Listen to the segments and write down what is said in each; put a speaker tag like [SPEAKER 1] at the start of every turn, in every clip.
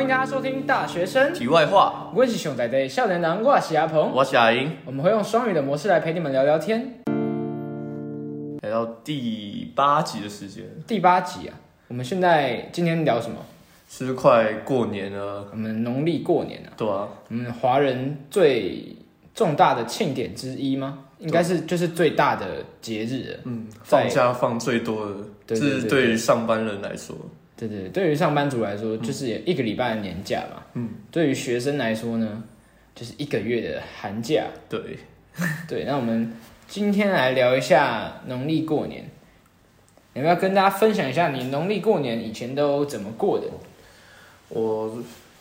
[SPEAKER 1] 迎大家收听《大学生
[SPEAKER 2] 题外话，
[SPEAKER 1] 我是熊仔仔笑脸男，我是阿鹏。
[SPEAKER 2] 我是阿英，
[SPEAKER 1] 我们会用双语的模式来陪你们聊聊天。
[SPEAKER 2] 来到第八集的时间，
[SPEAKER 1] 第八集啊，我们现在今天聊什么？
[SPEAKER 2] 是不是快过年了？
[SPEAKER 1] 我们农历过年啊，
[SPEAKER 2] 对啊，
[SPEAKER 1] 我们华人最重大的庆典之一吗？应该是就是最大的节日了。
[SPEAKER 2] 嗯，
[SPEAKER 1] 在
[SPEAKER 2] 放假放最多的，这
[SPEAKER 1] 对对对
[SPEAKER 2] 是对于上班人来说，
[SPEAKER 1] 对对，对对于上班族来说，就是一个礼拜的年假嘛。
[SPEAKER 2] 嗯，
[SPEAKER 1] 对于学生来说呢，就是一个月的寒假。
[SPEAKER 2] 对，
[SPEAKER 1] 对，那我们今天来聊一下农历过年，你要不要跟大家分享一下你农历过年以前都怎么过的？
[SPEAKER 2] 我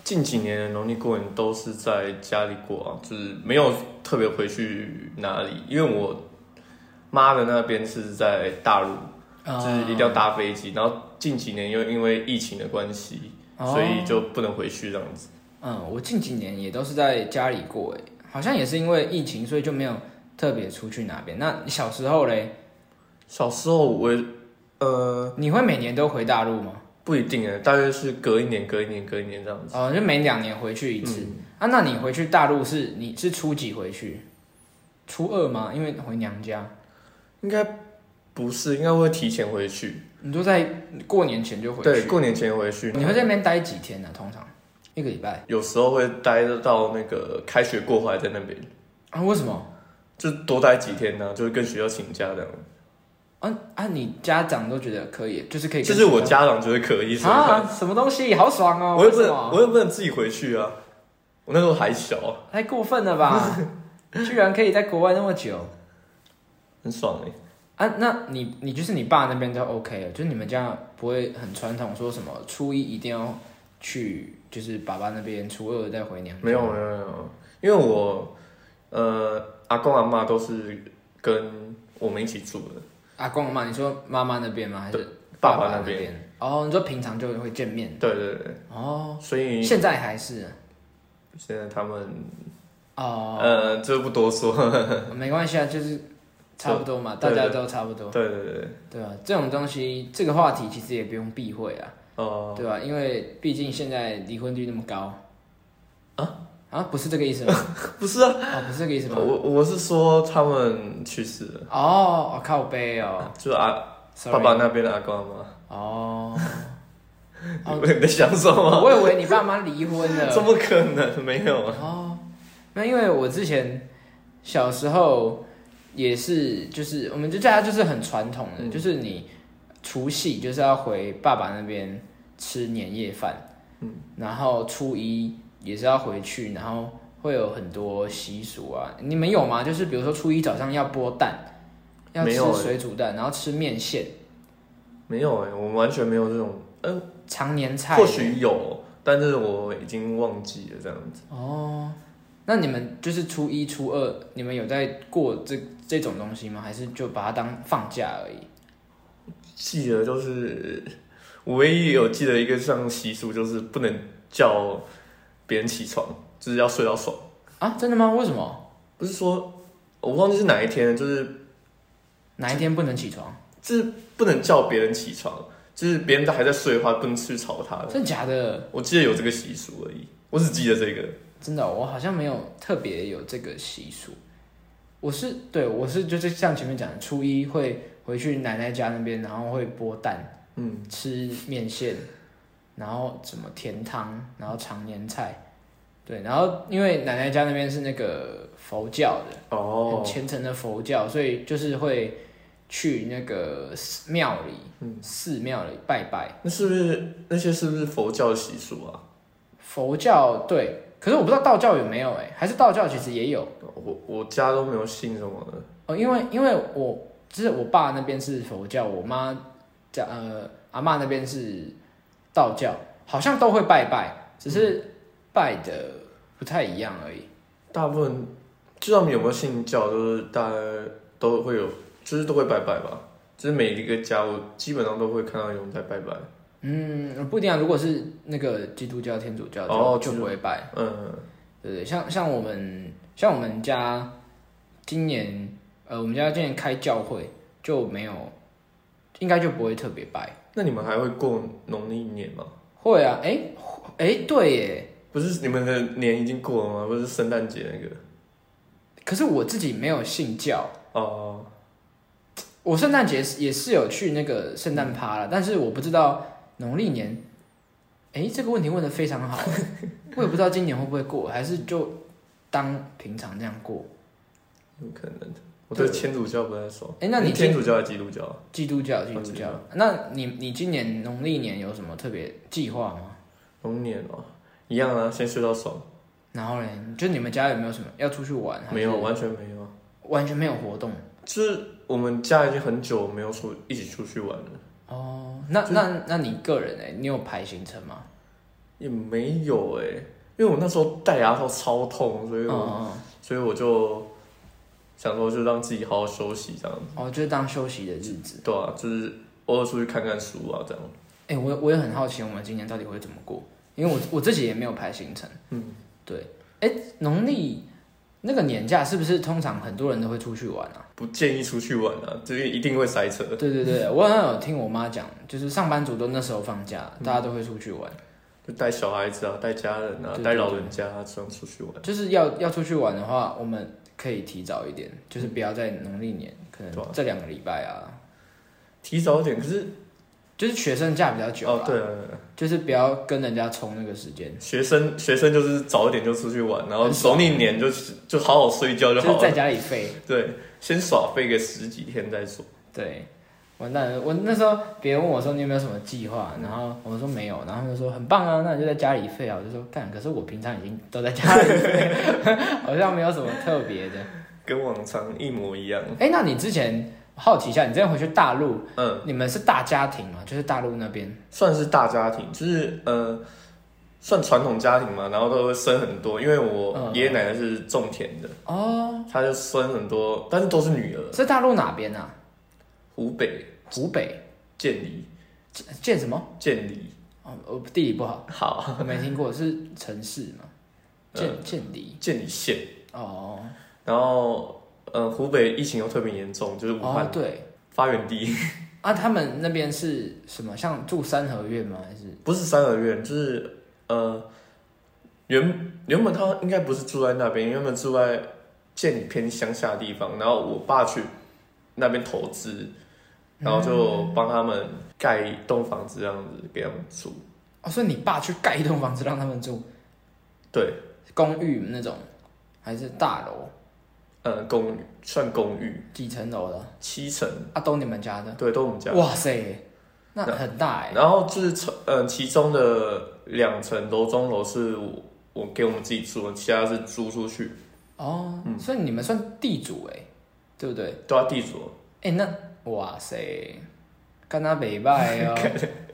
[SPEAKER 2] 近几年的农历过年都是在家里过啊，就是没有特别回去哪里，因为我妈的那边是在大陆，
[SPEAKER 1] 啊
[SPEAKER 2] 就是一定要搭飞机，然后近几年又因为疫情的关系，
[SPEAKER 1] 哦
[SPEAKER 2] 所以就不能回去这样子。
[SPEAKER 1] 嗯，我近几年也都是在家里过，哎，好像也是因为疫情，所以就没有特别出去哪边。那你小时候嘞，
[SPEAKER 2] 小时候我也，呃。
[SPEAKER 1] 你会每年都回大陆吗？
[SPEAKER 2] 不一定啊诶，大约是隔一年、隔一年、隔一年这样子。
[SPEAKER 1] 哦，就每两年回去一次。
[SPEAKER 2] 嗯
[SPEAKER 1] 啊，那你回去大陆是你是初几回去？初二吗？因为回娘家，
[SPEAKER 2] 应该不是，应该会提前回去。
[SPEAKER 1] 你都在过年前就回去。
[SPEAKER 2] 对，过年前回去。
[SPEAKER 1] 你会在那边待几天呢、通常一个礼拜
[SPEAKER 2] 有时候会待到那个开学过后还在那边，
[SPEAKER 1] 啊？为什么？
[SPEAKER 2] 就多待几天呢、就会跟学校请假这样。
[SPEAKER 1] 啊啊！你家长都觉得可以，就是可以跟
[SPEAKER 2] 就
[SPEAKER 1] 学
[SPEAKER 2] 是
[SPEAKER 1] 校。
[SPEAKER 2] 我家长觉得可以，所以
[SPEAKER 1] 啊，什么东西好爽哦！
[SPEAKER 2] 我又不
[SPEAKER 1] 为什
[SPEAKER 2] 能，
[SPEAKER 1] 么
[SPEAKER 2] 我又不能自己回去啊。我那时候还小啊，
[SPEAKER 1] 太过分了吧？ 居然可以在国外那么久
[SPEAKER 2] 很爽哎、
[SPEAKER 1] 啊？那你你就是你爸那边都 OK 了，就是你们家不会很传统，说什么初一一定要去，就是爸爸那边，初二再回娘家。
[SPEAKER 2] 没有没有没有，嗯因为我呃阿公阿妈都是跟我们一起住的，
[SPEAKER 1] 阿公阿妈，你说妈妈那边吗？还是
[SPEAKER 2] 爸
[SPEAKER 1] 爸
[SPEAKER 2] 那
[SPEAKER 1] 那？边？哦，你说平常就会见面
[SPEAKER 2] 对对对，
[SPEAKER 1] 哦，
[SPEAKER 2] 所以
[SPEAKER 1] 现在还是啊
[SPEAKER 2] 现在他们
[SPEAKER 1] 哦，
[SPEAKER 2] 呃，这不多说。
[SPEAKER 1] 没关系啊，就是差不多嘛，大
[SPEAKER 2] 对
[SPEAKER 1] 家都差不多，
[SPEAKER 2] 对对对，
[SPEAKER 1] 对吧、这种东西，这个话题其实也不用避讳啊，
[SPEAKER 2] 哦、
[SPEAKER 1] 对吧、因为毕竟现在离婚率那么高啊啊，不是这个意思 吗？
[SPEAKER 2] 不是啊，
[SPEAKER 1] 哦，不是这个意思吗？
[SPEAKER 2] 我我是说他们去世了，
[SPEAKER 1] 哦，我靠背哦
[SPEAKER 2] 就阿
[SPEAKER 1] ，sorry，
[SPEAKER 2] 爸爸那边的阿公阿妈。
[SPEAKER 1] 哦， 哦
[SPEAKER 2] 你在想什么？
[SPEAKER 1] 我以为你爸妈离婚了，
[SPEAKER 2] 怎么可能没有啊？
[SPEAKER 1] 哦，那因为我之前小时候也是，就是我们就家就是很传统
[SPEAKER 2] 嗯
[SPEAKER 1] 的，就是你除夕就是要回爸爸那边吃年夜饭，嗯，然后初一也是要回去，然后会有很多习俗啊。你们有吗？就是比如说初一早上要剥蛋，要
[SPEAKER 2] 没
[SPEAKER 1] 吃
[SPEAKER 2] 有欸
[SPEAKER 1] 水煮蛋，然后吃面线、
[SPEAKER 2] 没有哎、我完全没有这种，
[SPEAKER 1] 常年菜。
[SPEAKER 2] 或许有，但是我已经忘记了这样子。
[SPEAKER 1] 哦，那你们就是初一、初二，你们有在过这这种东西吗？还是就把它当放假而已？
[SPEAKER 2] 记得就是，我唯一有记得一个像习俗，就是不能叫别人起床，就是要睡到爽。
[SPEAKER 1] 啊，真的吗？为什么？
[SPEAKER 2] 不是说我忘记是哪一天了，就是
[SPEAKER 1] 哪一天不能起床？
[SPEAKER 2] 就是不能叫别人起床，就是别人还在睡的话，不能去吵他的。
[SPEAKER 1] 真的假的？
[SPEAKER 2] 我记得有这个习俗而已，我只记得这个。
[SPEAKER 1] 真的哦、我好像没有特别有这个习俗。我是对，我是就是像前面讲的，初一会回去奶奶家那边，然后会剥蛋，
[SPEAKER 2] 嗯，
[SPEAKER 1] 吃面线，然后什么甜汤，然后常年菜，对，然后因为奶奶家那边是那个佛教的，很
[SPEAKER 2] 哦，
[SPEAKER 1] 虔诚的佛教，所以就是会去那个寺庙里、
[SPEAKER 2] 嗯
[SPEAKER 1] 寺庙里拜拜。
[SPEAKER 2] 那是不是那些是不是佛教习俗啊？
[SPEAKER 1] 佛教对，可是我不知道道教有没有哎、还是道教其实也有
[SPEAKER 2] 我我家都没有信什么的。
[SPEAKER 1] 哦，因为因为我就是我爸那边是佛教，我妈家呃阿嬷那边是道教，好像都会拜拜，只是拜的不太一样而已。
[SPEAKER 2] 大部分就算有没有信教，都是大家都会有，就是都会拜拜吧。就是每一个家，我基本上都会看到有人在拜拜。
[SPEAKER 1] 嗯，不一定啊，如果是那个基督教、天主教就、
[SPEAKER 2] 哦
[SPEAKER 1] 就
[SPEAKER 2] 基督
[SPEAKER 1] 不会拜。
[SPEAKER 2] 嗯，
[SPEAKER 1] 对对，像像我们像我们家今年呃，我们家今年开教会就没有，应该就不会特别拜，
[SPEAKER 2] 那你们还会过农历年吗？
[SPEAKER 1] 会啊，哎、哎、对耶。
[SPEAKER 2] 不是你们的年已经过了吗？不是圣诞节那个
[SPEAKER 1] 可是我自己没有信教，
[SPEAKER 2] 哦，
[SPEAKER 1] 我圣诞节是也是有去那个圣诞趴了，但是我不知道农历年。哎、这个问题问的非常 好，我也不知道今年会不会过，还是就当平常这样过。
[SPEAKER 2] 有可能的。我对天主教不太熟。
[SPEAKER 1] 哎那你
[SPEAKER 2] 天主教还是基督教啊？
[SPEAKER 1] 基督教，基
[SPEAKER 2] 哦
[SPEAKER 1] 督
[SPEAKER 2] 基督
[SPEAKER 1] 教
[SPEAKER 2] 教。
[SPEAKER 1] 那你你今年农历年有什么特别计划吗？
[SPEAKER 2] 龙年哦，一样啊，先睡到爽。
[SPEAKER 1] 然后嘞，就你们家有没有什么要出去玩？啊还是
[SPEAKER 2] 没有，完全没有啊。
[SPEAKER 1] 完全没有活动
[SPEAKER 2] 就是我们家已经很久没有出一起出去玩了，
[SPEAKER 1] 哦。那那那你个人哎，你有排行程吗？
[SPEAKER 2] 也没有哎、因为我那时候戴牙套超痛，所以
[SPEAKER 1] 嗯
[SPEAKER 2] 我、
[SPEAKER 1] 嗯，
[SPEAKER 2] 所以我就想说就让自己好好休息这样
[SPEAKER 1] 嗯哦，就是当休息的日子。
[SPEAKER 2] 子。对啊，就是偶尔出去看看书啊这样。
[SPEAKER 1] 哎、我我也很好奇，我们今年到底会怎么过？因为我我自己也没有排行程。
[SPEAKER 2] 嗯，
[SPEAKER 1] 对。哎、农历那个年假是不是通常很多人都会出去玩啊？
[SPEAKER 2] 不建议出去玩啊，这边一定会塞车。
[SPEAKER 1] 对对对，我好像有听我妈讲，就是上班族都那时候放假，大家都会出去玩，
[SPEAKER 2] 就带小孩子啊，带家人啊
[SPEAKER 1] 对，
[SPEAKER 2] 带老人家啊，这样出去玩。
[SPEAKER 1] 就是要要出去玩的话，我们可以提早一点，就是不要在农历年，可
[SPEAKER 2] 对啊
[SPEAKER 1] 能这两个礼拜啊，
[SPEAKER 2] 提早点，可是
[SPEAKER 1] 就是学生假比较久
[SPEAKER 2] 哦
[SPEAKER 1] 啦，，
[SPEAKER 2] 对啊，对啊
[SPEAKER 1] 就是不要跟人家冲那个时间，
[SPEAKER 2] 学生学生就是早一点就出去玩，然后
[SPEAKER 1] 很爽
[SPEAKER 2] 农历年就就好好睡觉
[SPEAKER 1] 就
[SPEAKER 2] 就好
[SPEAKER 1] 是在
[SPEAKER 2] 了。
[SPEAKER 1] 家里废。
[SPEAKER 2] 对，先耍废个十几天再说。
[SPEAKER 1] 对，完蛋了！我那时候别人问我说你有没有什么计划，然后我说没有，然后他们就说很棒啊，那你就在家里废啊。我就说干，可是我平常已经都在家里废， 好像没有什么特别的。
[SPEAKER 2] 跟往常一模一样。
[SPEAKER 1] 哎、那你之前好奇一下，你之前回去大陆，
[SPEAKER 2] 嗯，
[SPEAKER 1] 你们是大家庭吗？就是大陆那边
[SPEAKER 2] 算是大家庭，就是呃，算传统家庭嘛，然后都会生很多，因为我
[SPEAKER 1] 嗯
[SPEAKER 2] 爷爷奶奶是种田的，
[SPEAKER 1] 哦，
[SPEAKER 2] 他就生很多，但是都是女儿。
[SPEAKER 1] 是大陆哪边啊？
[SPEAKER 2] 湖北
[SPEAKER 1] 湖北
[SPEAKER 2] 建离，
[SPEAKER 1] 建建什么？
[SPEAKER 2] 建离，
[SPEAKER 1] 哦，我地理不好，
[SPEAKER 2] 好，
[SPEAKER 1] 我没听过，是城市吗？
[SPEAKER 2] 呃
[SPEAKER 1] 建建离
[SPEAKER 2] 建离县。
[SPEAKER 1] 哦
[SPEAKER 2] 然后呃，湖北疫情又特别严重，就是武
[SPEAKER 1] 哦
[SPEAKER 2] 汉
[SPEAKER 1] 对
[SPEAKER 2] 发源地，
[SPEAKER 1] 啊，他们那边是什么？像住三合院吗？还是
[SPEAKER 2] 不是三合院，就是呃，原原本他应该不是住在那边，原本住在建里偏乡下的地方，然后我爸去那边投资，然后就帮他们盖一栋房子这样子给他们住。
[SPEAKER 1] 哦，所以你爸去盖一栋房子让他们住，
[SPEAKER 2] 对，
[SPEAKER 1] 公寓那种，还是大楼
[SPEAKER 2] 呃，公寓算公寓，
[SPEAKER 1] 几层楼的？
[SPEAKER 2] 七层，
[SPEAKER 1] 啊，都你们家的？
[SPEAKER 2] 对，都我们家。
[SPEAKER 1] 哇塞，那很大哎、
[SPEAKER 2] 然后就是层，嗯、其中的两层楼中楼是我我给我们自己住的，其他是租出去，
[SPEAKER 1] 哦，所以你们算地主哎、对不对？
[SPEAKER 2] 都要地主。
[SPEAKER 1] 哎、那哇塞，干他北拜哦，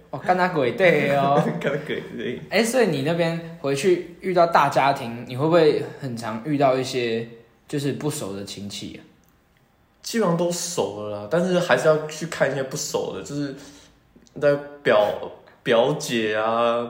[SPEAKER 1] 哦， 干他鬼对 哦。
[SPEAKER 2] 跟他给对
[SPEAKER 1] 哎、所以你那边回去遇到大家庭，你会不会很常遇到一些就是不熟的亲戚、啊？
[SPEAKER 2] 基本上都熟了啦，但是还是要去看一些不熟的，就是在表表姐啊、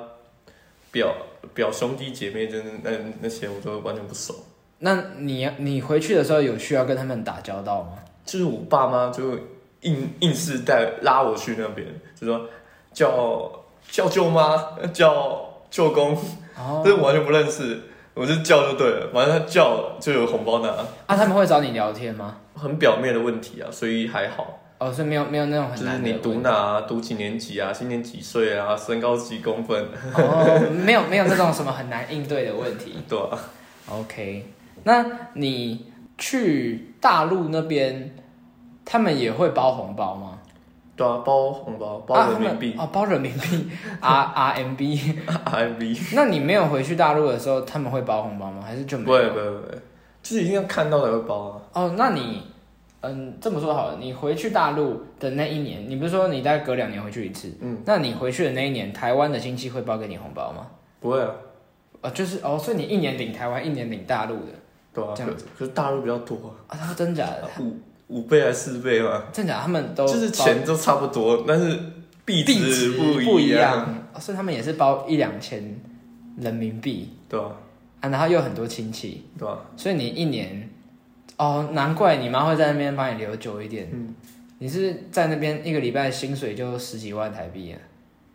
[SPEAKER 2] 表表兄弟姐妹，就是那那些我都完全不熟。
[SPEAKER 1] 那你你回去的时候有需要跟他们打交道吗？
[SPEAKER 2] 就是我爸妈就硬硬是带拉我去那边，就说叫叫舅妈、叫舅公，
[SPEAKER 1] 哦，
[SPEAKER 2] 这、是我完全不认识，我就叫就对了，反正他叫就有红包拿，
[SPEAKER 1] 啊，他们会找你聊天吗？
[SPEAKER 2] 很表面的问题啊，所以还好。
[SPEAKER 1] 哦，所以没有没有那种
[SPEAKER 2] 就
[SPEAKER 1] 很
[SPEAKER 2] 是
[SPEAKER 1] 难的
[SPEAKER 2] 你读
[SPEAKER 1] 问
[SPEAKER 2] 哪、啊、读几年级啊，今年几岁啊，身高几公分，
[SPEAKER 1] 哦，没有没有那种什么很难应对的问题。
[SPEAKER 2] 对啊，
[SPEAKER 1] OK，那你去大陆那边，他们也会包红包吗？
[SPEAKER 2] 对啊，包红包，
[SPEAKER 1] 啊
[SPEAKER 2] 包人民 币啊
[SPEAKER 1] 他们哦，包人民币 R RMB。
[SPEAKER 2] ，RMB，
[SPEAKER 1] 那你没有回去大陆的时候，他们会包红包吗？还是就
[SPEAKER 2] 不
[SPEAKER 1] 没
[SPEAKER 2] 会
[SPEAKER 1] 有？
[SPEAKER 2] 不会不会，就是一定要看到才会包啊。
[SPEAKER 1] 哦，那你嗯，这么说好了，你回去大陆的那一年，你不是说你大概隔两年回去一次？
[SPEAKER 2] 嗯，
[SPEAKER 1] 那你回去的那一年，台湾的亲戚会包给你红包吗？
[SPEAKER 2] 不会啊，
[SPEAKER 1] 哦，就是哦，所以你一年领台湾，一年领大陆的
[SPEAKER 2] 对啊，
[SPEAKER 1] 这
[SPEAKER 2] 可
[SPEAKER 1] 样
[SPEAKER 2] 可是大陆比较多啊、
[SPEAKER 1] 啊？他真假的？
[SPEAKER 2] 五五倍还是四倍嘛，
[SPEAKER 1] 真假的？他们都
[SPEAKER 2] 就是
[SPEAKER 1] 包
[SPEAKER 2] 钱都差不多，但是币
[SPEAKER 1] 币值
[SPEAKER 2] 值
[SPEAKER 1] 不
[SPEAKER 2] 一样，
[SPEAKER 1] 样、哦所以他们也是包一两千人民币
[SPEAKER 2] 对啊
[SPEAKER 1] 啊，然后又有很多亲戚，
[SPEAKER 2] 对啊，
[SPEAKER 1] 所以你一年哦，难怪你妈会在那边帮你留久一点。
[SPEAKER 2] 嗯
[SPEAKER 1] 你是在那边一个礼拜薪水就十几万台币啊？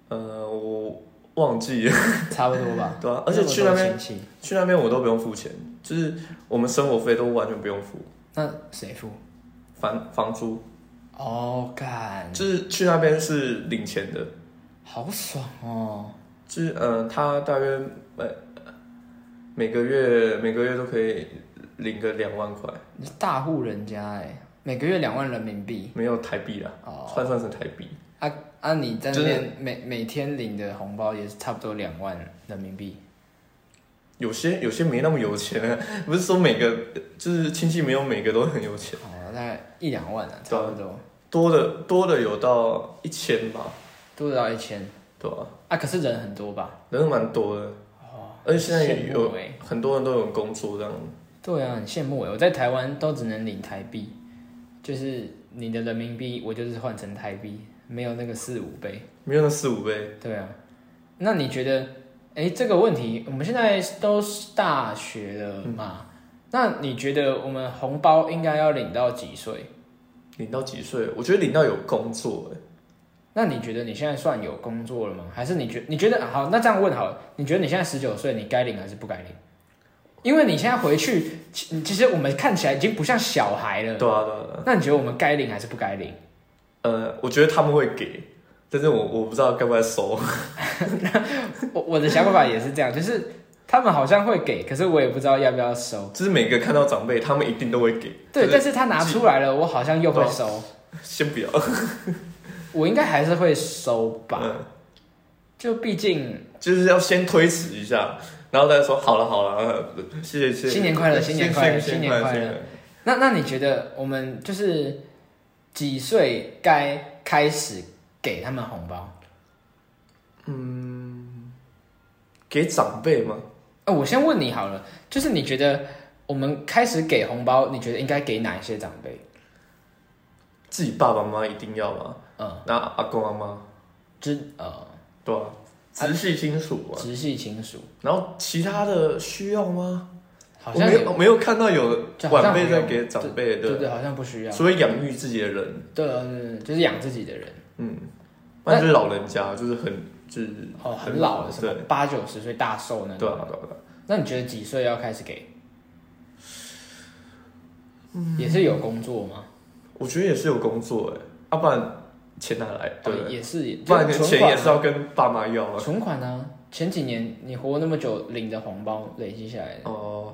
[SPEAKER 2] 呃，我忘记了，
[SPEAKER 1] 差不多吧。
[SPEAKER 2] 对啊， 而且去那边
[SPEAKER 1] 么多亲戚，
[SPEAKER 2] 去那边我都不用付钱，就是我们生活费都完全不用付，
[SPEAKER 1] 那谁付？
[SPEAKER 2] 房房租
[SPEAKER 1] 哦，干，
[SPEAKER 2] 就是去那边是领钱的，
[SPEAKER 1] 好爽哦！
[SPEAKER 2] 就是嗯、呃，他大约每每个月每个月都可以领个两万块，
[SPEAKER 1] 你是大户人家哎，每个月两万人民币
[SPEAKER 2] 没有台币啦，
[SPEAKER 1] 哦。
[SPEAKER 2] 换算成台币，
[SPEAKER 1] 啊啊！你在那
[SPEAKER 2] 就是
[SPEAKER 1] 边每每天领的红包也是差不多两万人民币。
[SPEAKER 2] 有些有些没那么有钱、啊， 不是说每个就是亲戚没有每个都很有钱。
[SPEAKER 1] 哦，大概一两万啊，差不多，
[SPEAKER 2] 多的多的有到一千吧，
[SPEAKER 1] 多得到一千
[SPEAKER 2] 对吧、
[SPEAKER 1] 啊。可是人很多吧？
[SPEAKER 2] 人蛮多的，
[SPEAKER 1] 哦，
[SPEAKER 2] 而且现在
[SPEAKER 1] 羡慕
[SPEAKER 2] 有
[SPEAKER 1] 欸
[SPEAKER 2] 很多人都有工作这样，
[SPEAKER 1] 对啊，很羡慕哎。我在台湾都只能领台币，就是你的人民币，我就是换成台币，没有那个四五倍。
[SPEAKER 2] 没有那四五倍，
[SPEAKER 1] 对啊，那你觉得，哎，这个问题，我们现在都是大学了嘛？那你觉得我们红包应该要领到几岁？
[SPEAKER 2] 领到几岁？我觉得领到有工作、欸，
[SPEAKER 1] 那你觉得你现在算有工作了吗？还是你觉你觉得啊好？那这样问好了，你觉得你现在十九岁，你该领还是不该领？因为你现在回去，其其实我们看起来已经不像小孩了。
[SPEAKER 2] 对啊对啊对啊，
[SPEAKER 1] 那你觉得我们该领还是不该领？
[SPEAKER 2] 呃，我觉得他们会给，但是我我不知道该不该收，
[SPEAKER 1] 我我的想法也是这样，就是他们好像会给，可是我也不知道要不要收。
[SPEAKER 2] 就是每个看到长辈，他们一定都会给，
[SPEAKER 1] 对，
[SPEAKER 2] 就是
[SPEAKER 1] 但是他拿出来了，我好像又会
[SPEAKER 2] 对啊
[SPEAKER 1] 收，
[SPEAKER 2] 先不要，
[SPEAKER 1] 我应该还是会收吧？
[SPEAKER 2] 嗯，
[SPEAKER 1] 就毕竟
[SPEAKER 2] 就是要先推迟一下，然后再说好了好了，呃谢谢谢谢，
[SPEAKER 1] 新年快乐
[SPEAKER 2] 新
[SPEAKER 1] 新年快乐
[SPEAKER 2] 新
[SPEAKER 1] 新年
[SPEAKER 2] 快
[SPEAKER 1] 快乐
[SPEAKER 2] 新年快乐，
[SPEAKER 1] 那那你觉得我们就是几岁该开始给他们红包？
[SPEAKER 2] 给长辈嘛，
[SPEAKER 1] 哦，我先问你好了，就是你觉得我们开始给红包，你觉得应该给哪一些长辈？
[SPEAKER 2] 自己爸爸妈妈一定要嘛，
[SPEAKER 1] 嗯，
[SPEAKER 2] 那阿公阿妈，
[SPEAKER 1] 直呃
[SPEAKER 2] 对啊，直系亲属啊。
[SPEAKER 1] 直系亲属，
[SPEAKER 2] 然后其他的需要吗？
[SPEAKER 1] 好
[SPEAKER 2] 我
[SPEAKER 1] 像
[SPEAKER 2] 没
[SPEAKER 1] 也
[SPEAKER 2] 有没有看到有
[SPEAKER 1] 就好像
[SPEAKER 2] 晚辈
[SPEAKER 1] 没有
[SPEAKER 2] 在给长辈
[SPEAKER 1] 对
[SPEAKER 2] 的，
[SPEAKER 1] 对，好啊像不需要。
[SPEAKER 2] 除非养育自己的人，
[SPEAKER 1] 对对对对就是养自己的人，
[SPEAKER 2] 嗯，
[SPEAKER 1] 那
[SPEAKER 2] 那就是老人家，就是很就是
[SPEAKER 1] 哦，很老的，什么
[SPEAKER 2] 对
[SPEAKER 1] 八九十岁大寿那
[SPEAKER 2] 对
[SPEAKER 1] 种。
[SPEAKER 2] 啊对啊对啊，
[SPEAKER 1] 那你觉得几岁要开始给？
[SPEAKER 2] 嗯
[SPEAKER 1] 也是有工作吗？
[SPEAKER 2] 我觉得也是有工作哎，要不然钱哪来？对不
[SPEAKER 1] 哦
[SPEAKER 2] 对？
[SPEAKER 1] 也是，
[SPEAKER 2] 不然
[SPEAKER 1] 就是
[SPEAKER 2] 钱
[SPEAKER 1] 存款
[SPEAKER 2] 也是要跟爸妈要
[SPEAKER 1] 啊
[SPEAKER 2] 啊。
[SPEAKER 1] 存款啊。前几年你活那么久，领的红包累积下来的，
[SPEAKER 2] 哦，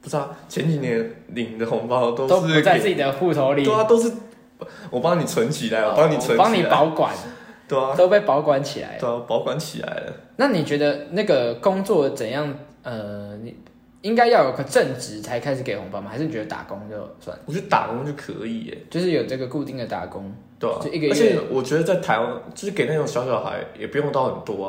[SPEAKER 2] 不是啊，前几年领的红包
[SPEAKER 1] 都
[SPEAKER 2] 都
[SPEAKER 1] 不
[SPEAKER 2] 是
[SPEAKER 1] 在自
[SPEAKER 2] 给，
[SPEAKER 1] 己的户头里哦
[SPEAKER 2] 对。啊，都是我帮你存起来，我帮你存起来，
[SPEAKER 1] 帮你保管，
[SPEAKER 2] 对啊，
[SPEAKER 1] 都被保管起来。
[SPEAKER 2] 对啊，保管起来了。
[SPEAKER 1] 那你觉得那个工作怎样？呃，你应该要有个正职才开始给红包吗？还是你觉得打工就算？
[SPEAKER 2] 我觉得打工就可以耶，
[SPEAKER 1] 就是有这个固定的打工，
[SPEAKER 2] 对啊，
[SPEAKER 1] 就一个月
[SPEAKER 2] 而且我觉得在台湾，就是给那种小小孩也不用到很多啊，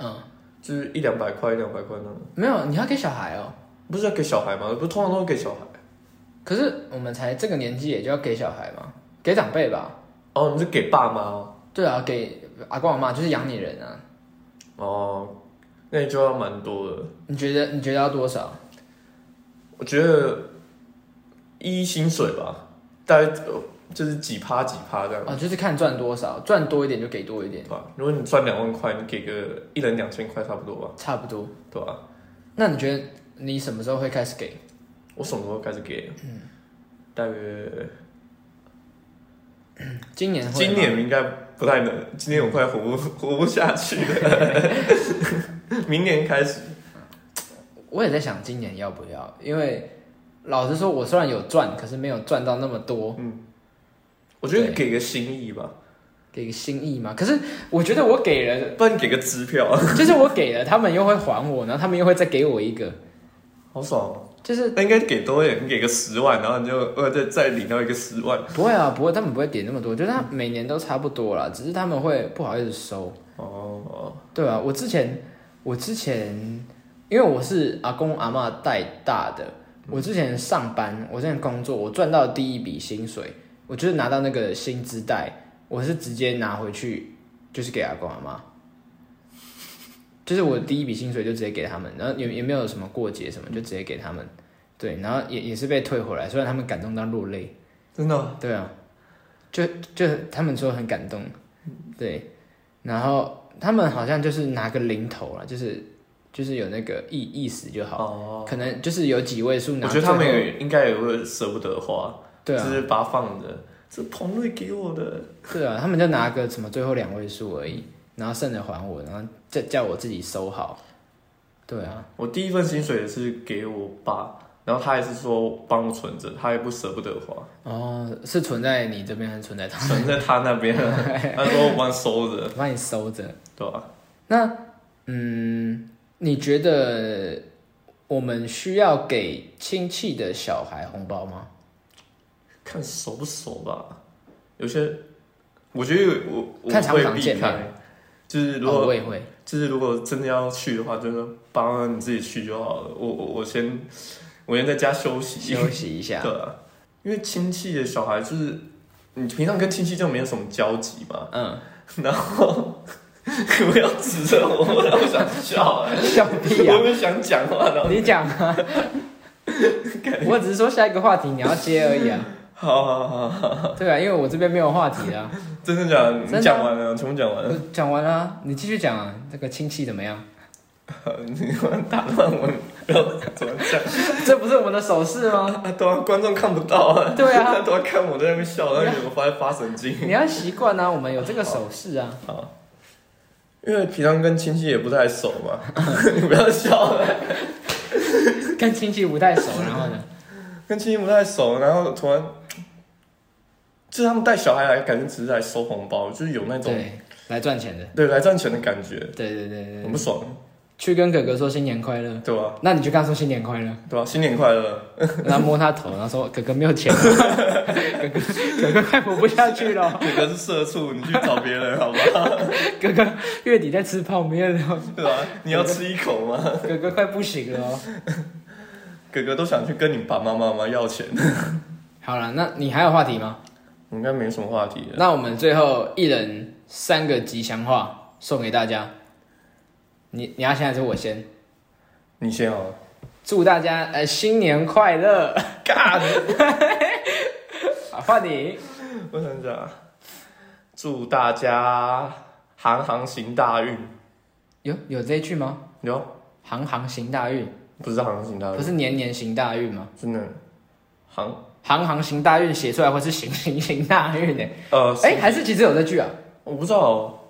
[SPEAKER 1] 嗯，
[SPEAKER 2] 就是一两百块、一两百块那种，
[SPEAKER 1] 没有，你要给小孩哦。
[SPEAKER 2] 不是要啊给小孩吗？不是通常都是给小孩。
[SPEAKER 1] 可是我们才这个年纪，也就要给小孩嘛，给长辈吧。
[SPEAKER 2] 哦，你是给爸妈哦，
[SPEAKER 1] 对啊，给阿公阿妈就是养你人啊。
[SPEAKER 2] 哦，那就要蛮多的。
[SPEAKER 1] 你觉得你觉得要多少？
[SPEAKER 2] 我觉得一薪水吧，大概呃就是几趴几趴这样，
[SPEAKER 1] 哦，就是看赚多少，赚多一点就给多一点
[SPEAKER 2] 对，吧？如果你赚两万块，你给个一人两千块差不多吧，
[SPEAKER 1] 差不多。
[SPEAKER 2] 对吧？
[SPEAKER 1] 那你觉得你什么时候会开始给？
[SPEAKER 2] 我什么时候开始给？嗯，大约
[SPEAKER 1] 今年会吗
[SPEAKER 2] 今年应该不太能，今年我快活不活不下去了。明年开始，
[SPEAKER 1] 我也在想今年要不要，因为老实说，我虽然有赚，可是没有赚到那么多，
[SPEAKER 2] 我觉得
[SPEAKER 1] 对
[SPEAKER 2] 给个心意吧，
[SPEAKER 1] 给个心意嘛。可是我觉得我给 了，
[SPEAKER 2] 不然给个支票，
[SPEAKER 1] 就是我给了，他们又会还我，然后他们又会再给我一个，
[SPEAKER 2] 好爽、哦。
[SPEAKER 1] 就是
[SPEAKER 2] 那应该给多一点，你给个十万，然后你就呃再再领到一个十万。
[SPEAKER 1] 不会啊，不会，他们不会给那么多，就是他每年都差不多啦，只是他们会不好意思收。
[SPEAKER 2] 哦，
[SPEAKER 1] 对啊，我之前我之前因为我是阿公阿嬷带大的，我之前上班，我之前工作，我赚到的第一笔薪水，我就是拿到那个薪资袋，我是直接拿回去，就是给阿公阿妈。就是我第一笔薪水就直接给他们，然后也也没有什么过节什么，就直接给他们，对，然后也也是被退回来，虽然他们感动到落泪，
[SPEAKER 2] 真的哦、
[SPEAKER 1] 对啊，就就他们说很感动，对，然后他们好像就是拿个零头了，就是就是有那个意意思就好，
[SPEAKER 2] 哦，
[SPEAKER 1] 可能就是有几位数
[SPEAKER 2] 我
[SPEAKER 1] 拿
[SPEAKER 2] 觉
[SPEAKER 1] 最
[SPEAKER 2] 得
[SPEAKER 1] 后。
[SPEAKER 2] 他们也应该也会舍不得花，
[SPEAKER 1] 对啊
[SPEAKER 2] 就，是把它放着。这彭瑞给我的，
[SPEAKER 1] 对啊，他们就拿个什么最后两位数而已，然后剩的还我，然后再叫我自己收好。对啊，
[SPEAKER 2] 我第一份薪水也是给我爸，然后他也是说帮我存着，他也不舍不得花，
[SPEAKER 1] 哦，是存在你这边还是存在哎他们？
[SPEAKER 2] 存在他那 边，他说我帮他收着，
[SPEAKER 1] 我帮你收着。
[SPEAKER 2] 对吧、
[SPEAKER 1] 那嗯，你觉得我们需要给亲戚的小孩红包吗？
[SPEAKER 2] 看熟不熟吧，有些我觉得我我
[SPEAKER 1] 看常不
[SPEAKER 2] 会
[SPEAKER 1] 常
[SPEAKER 2] 避
[SPEAKER 1] 见面
[SPEAKER 2] 开，就是如
[SPEAKER 1] 哦，
[SPEAKER 2] 果、
[SPEAKER 1] 我也会。
[SPEAKER 2] 就是如果真的要去的话，就是帮你自己去就好了。我我我先我先在家休息，
[SPEAKER 1] 休息一下。
[SPEAKER 2] 对啊，因为亲戚的小孩就是你平常跟亲戚就没有什么交集嘛，
[SPEAKER 1] 嗯，
[SPEAKER 2] 然后不要指着我，我想笑、欸，
[SPEAKER 1] 笑屁啊呀、
[SPEAKER 2] 我们想讲话的。
[SPEAKER 1] 你讲啊！我只是说下一个话题你要接而已啊。
[SPEAKER 2] 好好好好，
[SPEAKER 1] 对啊，因为我这边没有话题啊。
[SPEAKER 2] 真的假的？
[SPEAKER 1] 真的
[SPEAKER 2] 你讲完了，全部讲完了
[SPEAKER 1] 我，讲完了啊、你继续讲啊。这个亲戚怎么样？
[SPEAKER 2] 你打断我，不要怎么讲？
[SPEAKER 1] 这不是我们的手势吗？
[SPEAKER 2] 啊，对啊，观众看不到啊。
[SPEAKER 1] 对啊
[SPEAKER 2] 他都要看我在那边笑，然后我发发神经。
[SPEAKER 1] 你要习惯啊，我们有这个手势啊。
[SPEAKER 2] 因为平常跟亲戚也不太熟 嘛， 你不要笑了。
[SPEAKER 1] 跟亲戚不太熟，然后呢？
[SPEAKER 2] 跟亲戚不太熟，然后突然，就是他们带小孩来，感觉只是来收红包，就是有那种
[SPEAKER 1] 对，来赚钱的。
[SPEAKER 2] 对来赚钱的感觉，
[SPEAKER 1] 对对对对
[SPEAKER 2] 很
[SPEAKER 1] 对，
[SPEAKER 2] 不爽，
[SPEAKER 1] 去跟哥哥说新年快乐。
[SPEAKER 2] 对吧？
[SPEAKER 1] 那你就跟他说新年快乐，
[SPEAKER 2] 对吧？新年快乐！
[SPEAKER 1] 然后摸他头，然后说哥哥没有钱了，哥哥哥哥快活不下去了，
[SPEAKER 2] 哥哥是社畜，你去找别人 好吧？
[SPEAKER 1] 哥哥月底在吃泡面了，
[SPEAKER 2] 对吧？你要吃一口吗？
[SPEAKER 1] 哥哥快不行了哦。
[SPEAKER 2] 哥哥都想去跟你爸爸妈妈要钱，
[SPEAKER 1] 好了，那你还有话题吗？
[SPEAKER 2] 应该没什么话题了。
[SPEAKER 1] 那我们最后一人三个吉祥话送给大家。你你要先还是我先？
[SPEAKER 2] 你先好了。
[SPEAKER 1] 祝大家呃新年快乐！
[SPEAKER 2] God，
[SPEAKER 1] 好，换你。
[SPEAKER 2] 我想讲啊，祝大家行行行大运。
[SPEAKER 1] 有有这一句吗？
[SPEAKER 2] 有，
[SPEAKER 1] 行行行大运，
[SPEAKER 2] 不是行行行大
[SPEAKER 1] 不
[SPEAKER 2] 运，
[SPEAKER 1] 是年年行大运吗？
[SPEAKER 2] 真的行
[SPEAKER 1] 行行行大运写出来会是行行行大运呢、
[SPEAKER 2] 呃，
[SPEAKER 1] 哎、还是其实有这句啊。
[SPEAKER 2] 我不知道，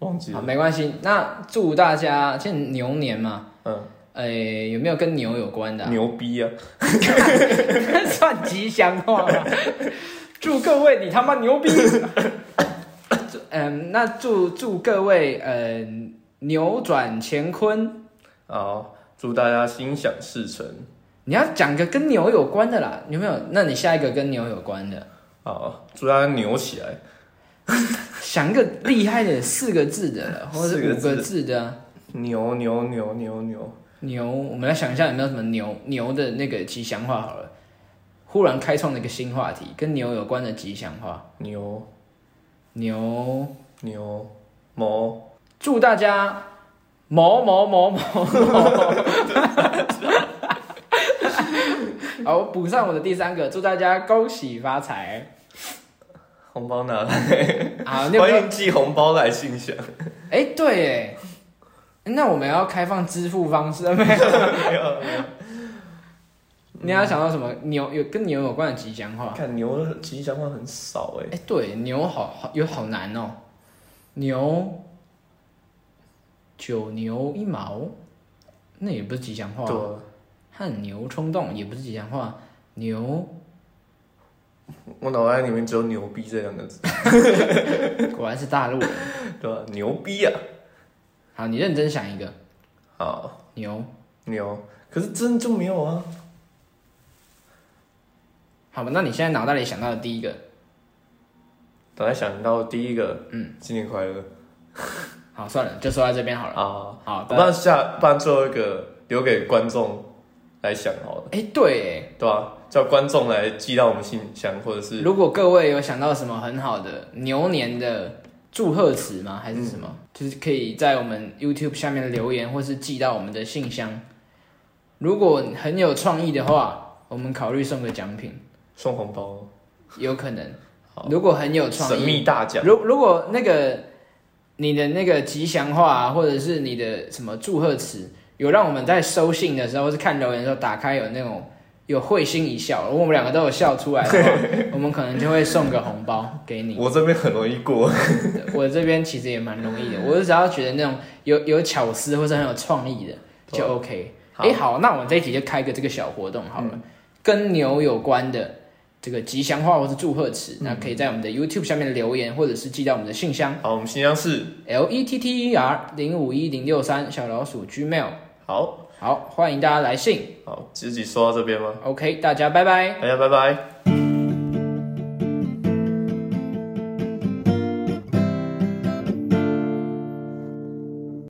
[SPEAKER 2] 忘记
[SPEAKER 1] 好，
[SPEAKER 2] 了。
[SPEAKER 1] 没关系。那祝大家现在牛年嘛，
[SPEAKER 2] 嗯，
[SPEAKER 1] 哎、有没有跟牛有关的、啊？
[SPEAKER 2] 牛逼啊！
[SPEAKER 1] 算吉祥话吗？祝各位你他妈 牛逼！祝嗯，那祝祝各位嗯、扭转乾坤。
[SPEAKER 2] 好，祝大家心想事成。
[SPEAKER 1] 你要讲个跟牛有关的啦，有没有？那你下一个跟牛有关的，
[SPEAKER 2] 好，祝大家牛起来。
[SPEAKER 1] 想一个厉害的四个字的 了，或者
[SPEAKER 2] 四个
[SPEAKER 1] 是五
[SPEAKER 2] 字
[SPEAKER 1] 个字的啊
[SPEAKER 2] 牛牛牛牛牛，
[SPEAKER 1] 牛。我们来想一下有没有什么牛牛的那个吉祥话好了。忽然开创了一个新话题，跟牛有关的吉祥话。
[SPEAKER 2] 牛
[SPEAKER 1] 牛
[SPEAKER 2] 牛毛，
[SPEAKER 1] 祝大家某某某某某。好，我补上我的第三个，祝大家恭喜发财
[SPEAKER 2] 红包拿来，
[SPEAKER 1] 啊！你有没
[SPEAKER 2] 欢
[SPEAKER 1] 有？
[SPEAKER 2] 迎寄红包来信箱。
[SPEAKER 1] 哎，对，哎，那我们要开放支付方式了没有？
[SPEAKER 2] 没有没有
[SPEAKER 1] 你要想到什么牛有跟牛有关的吉祥话？
[SPEAKER 2] 看牛的吉祥话很少哎、
[SPEAKER 1] 哎，对，牛好好有好难哦，牛九牛一毛，那也不是吉祥话、
[SPEAKER 2] 对啊。
[SPEAKER 1] 汗牛充栋也不是吉祥话，牛
[SPEAKER 2] 我脑袋里面只有“牛逼”这两个字，
[SPEAKER 1] 果然是大陆人。
[SPEAKER 2] 对吧、牛逼啊！
[SPEAKER 1] 好，你认真想一个
[SPEAKER 2] 好，
[SPEAKER 1] 牛。
[SPEAKER 2] 牛，可是真的就没有啊。
[SPEAKER 1] 好吧，那你现在脑袋里想到的第一个，
[SPEAKER 2] 脑袋想到第一个，嗯，新年快乐
[SPEAKER 1] 好，算了，就说到这边好了。
[SPEAKER 2] 啊！
[SPEAKER 1] 好
[SPEAKER 2] 不
[SPEAKER 1] 的。
[SPEAKER 2] 然下，不然最后一个留给观众来想好了，
[SPEAKER 1] 哎，对，
[SPEAKER 2] 对吧、叫观众来寄到我们信箱，或者是
[SPEAKER 1] 如果各位有想到什么很好的牛年的祝贺词吗？还是什么？
[SPEAKER 2] 嗯
[SPEAKER 1] 就是可以在我们 YouTube 下面留言，或是寄到我们的信箱。如果很有创意的话，我们考虑送个奖品，
[SPEAKER 2] 送红包，
[SPEAKER 1] 有可能
[SPEAKER 2] 好。
[SPEAKER 1] 如果很有创
[SPEAKER 2] 神
[SPEAKER 1] 意，
[SPEAKER 2] 秘大奖。
[SPEAKER 1] 如如果那个你的那个吉祥话、啊，或者是你的什么祝贺词，有让我们在收信的时候，或是看留言的时候，打开有那种有会心一笑，如果我们两个都有笑出来 的话，我们可能就会送个红包给你。
[SPEAKER 2] 我这边很容易过，
[SPEAKER 1] 我这边其实也蛮容易的，我只要觉得那种有有巧思或者很有创意的就 OK。
[SPEAKER 2] 好嗯
[SPEAKER 1] 哎、好，那我们这一集就开个这个小活动好了，跟牛有关的这个吉祥话或是祝贺词，
[SPEAKER 2] 嗯
[SPEAKER 1] 那可以在我们的 YouTube 下面留言，或者是寄到我们的信箱
[SPEAKER 2] 好，我们新疆是
[SPEAKER 1] l e t t e r 零五一零六三小老鼠 Gmail。
[SPEAKER 2] 好，
[SPEAKER 1] 好，欢迎大家来信。
[SPEAKER 2] 好，自己说到这边吗？
[SPEAKER 1] OK，大家拜拜。
[SPEAKER 2] 大家拜拜。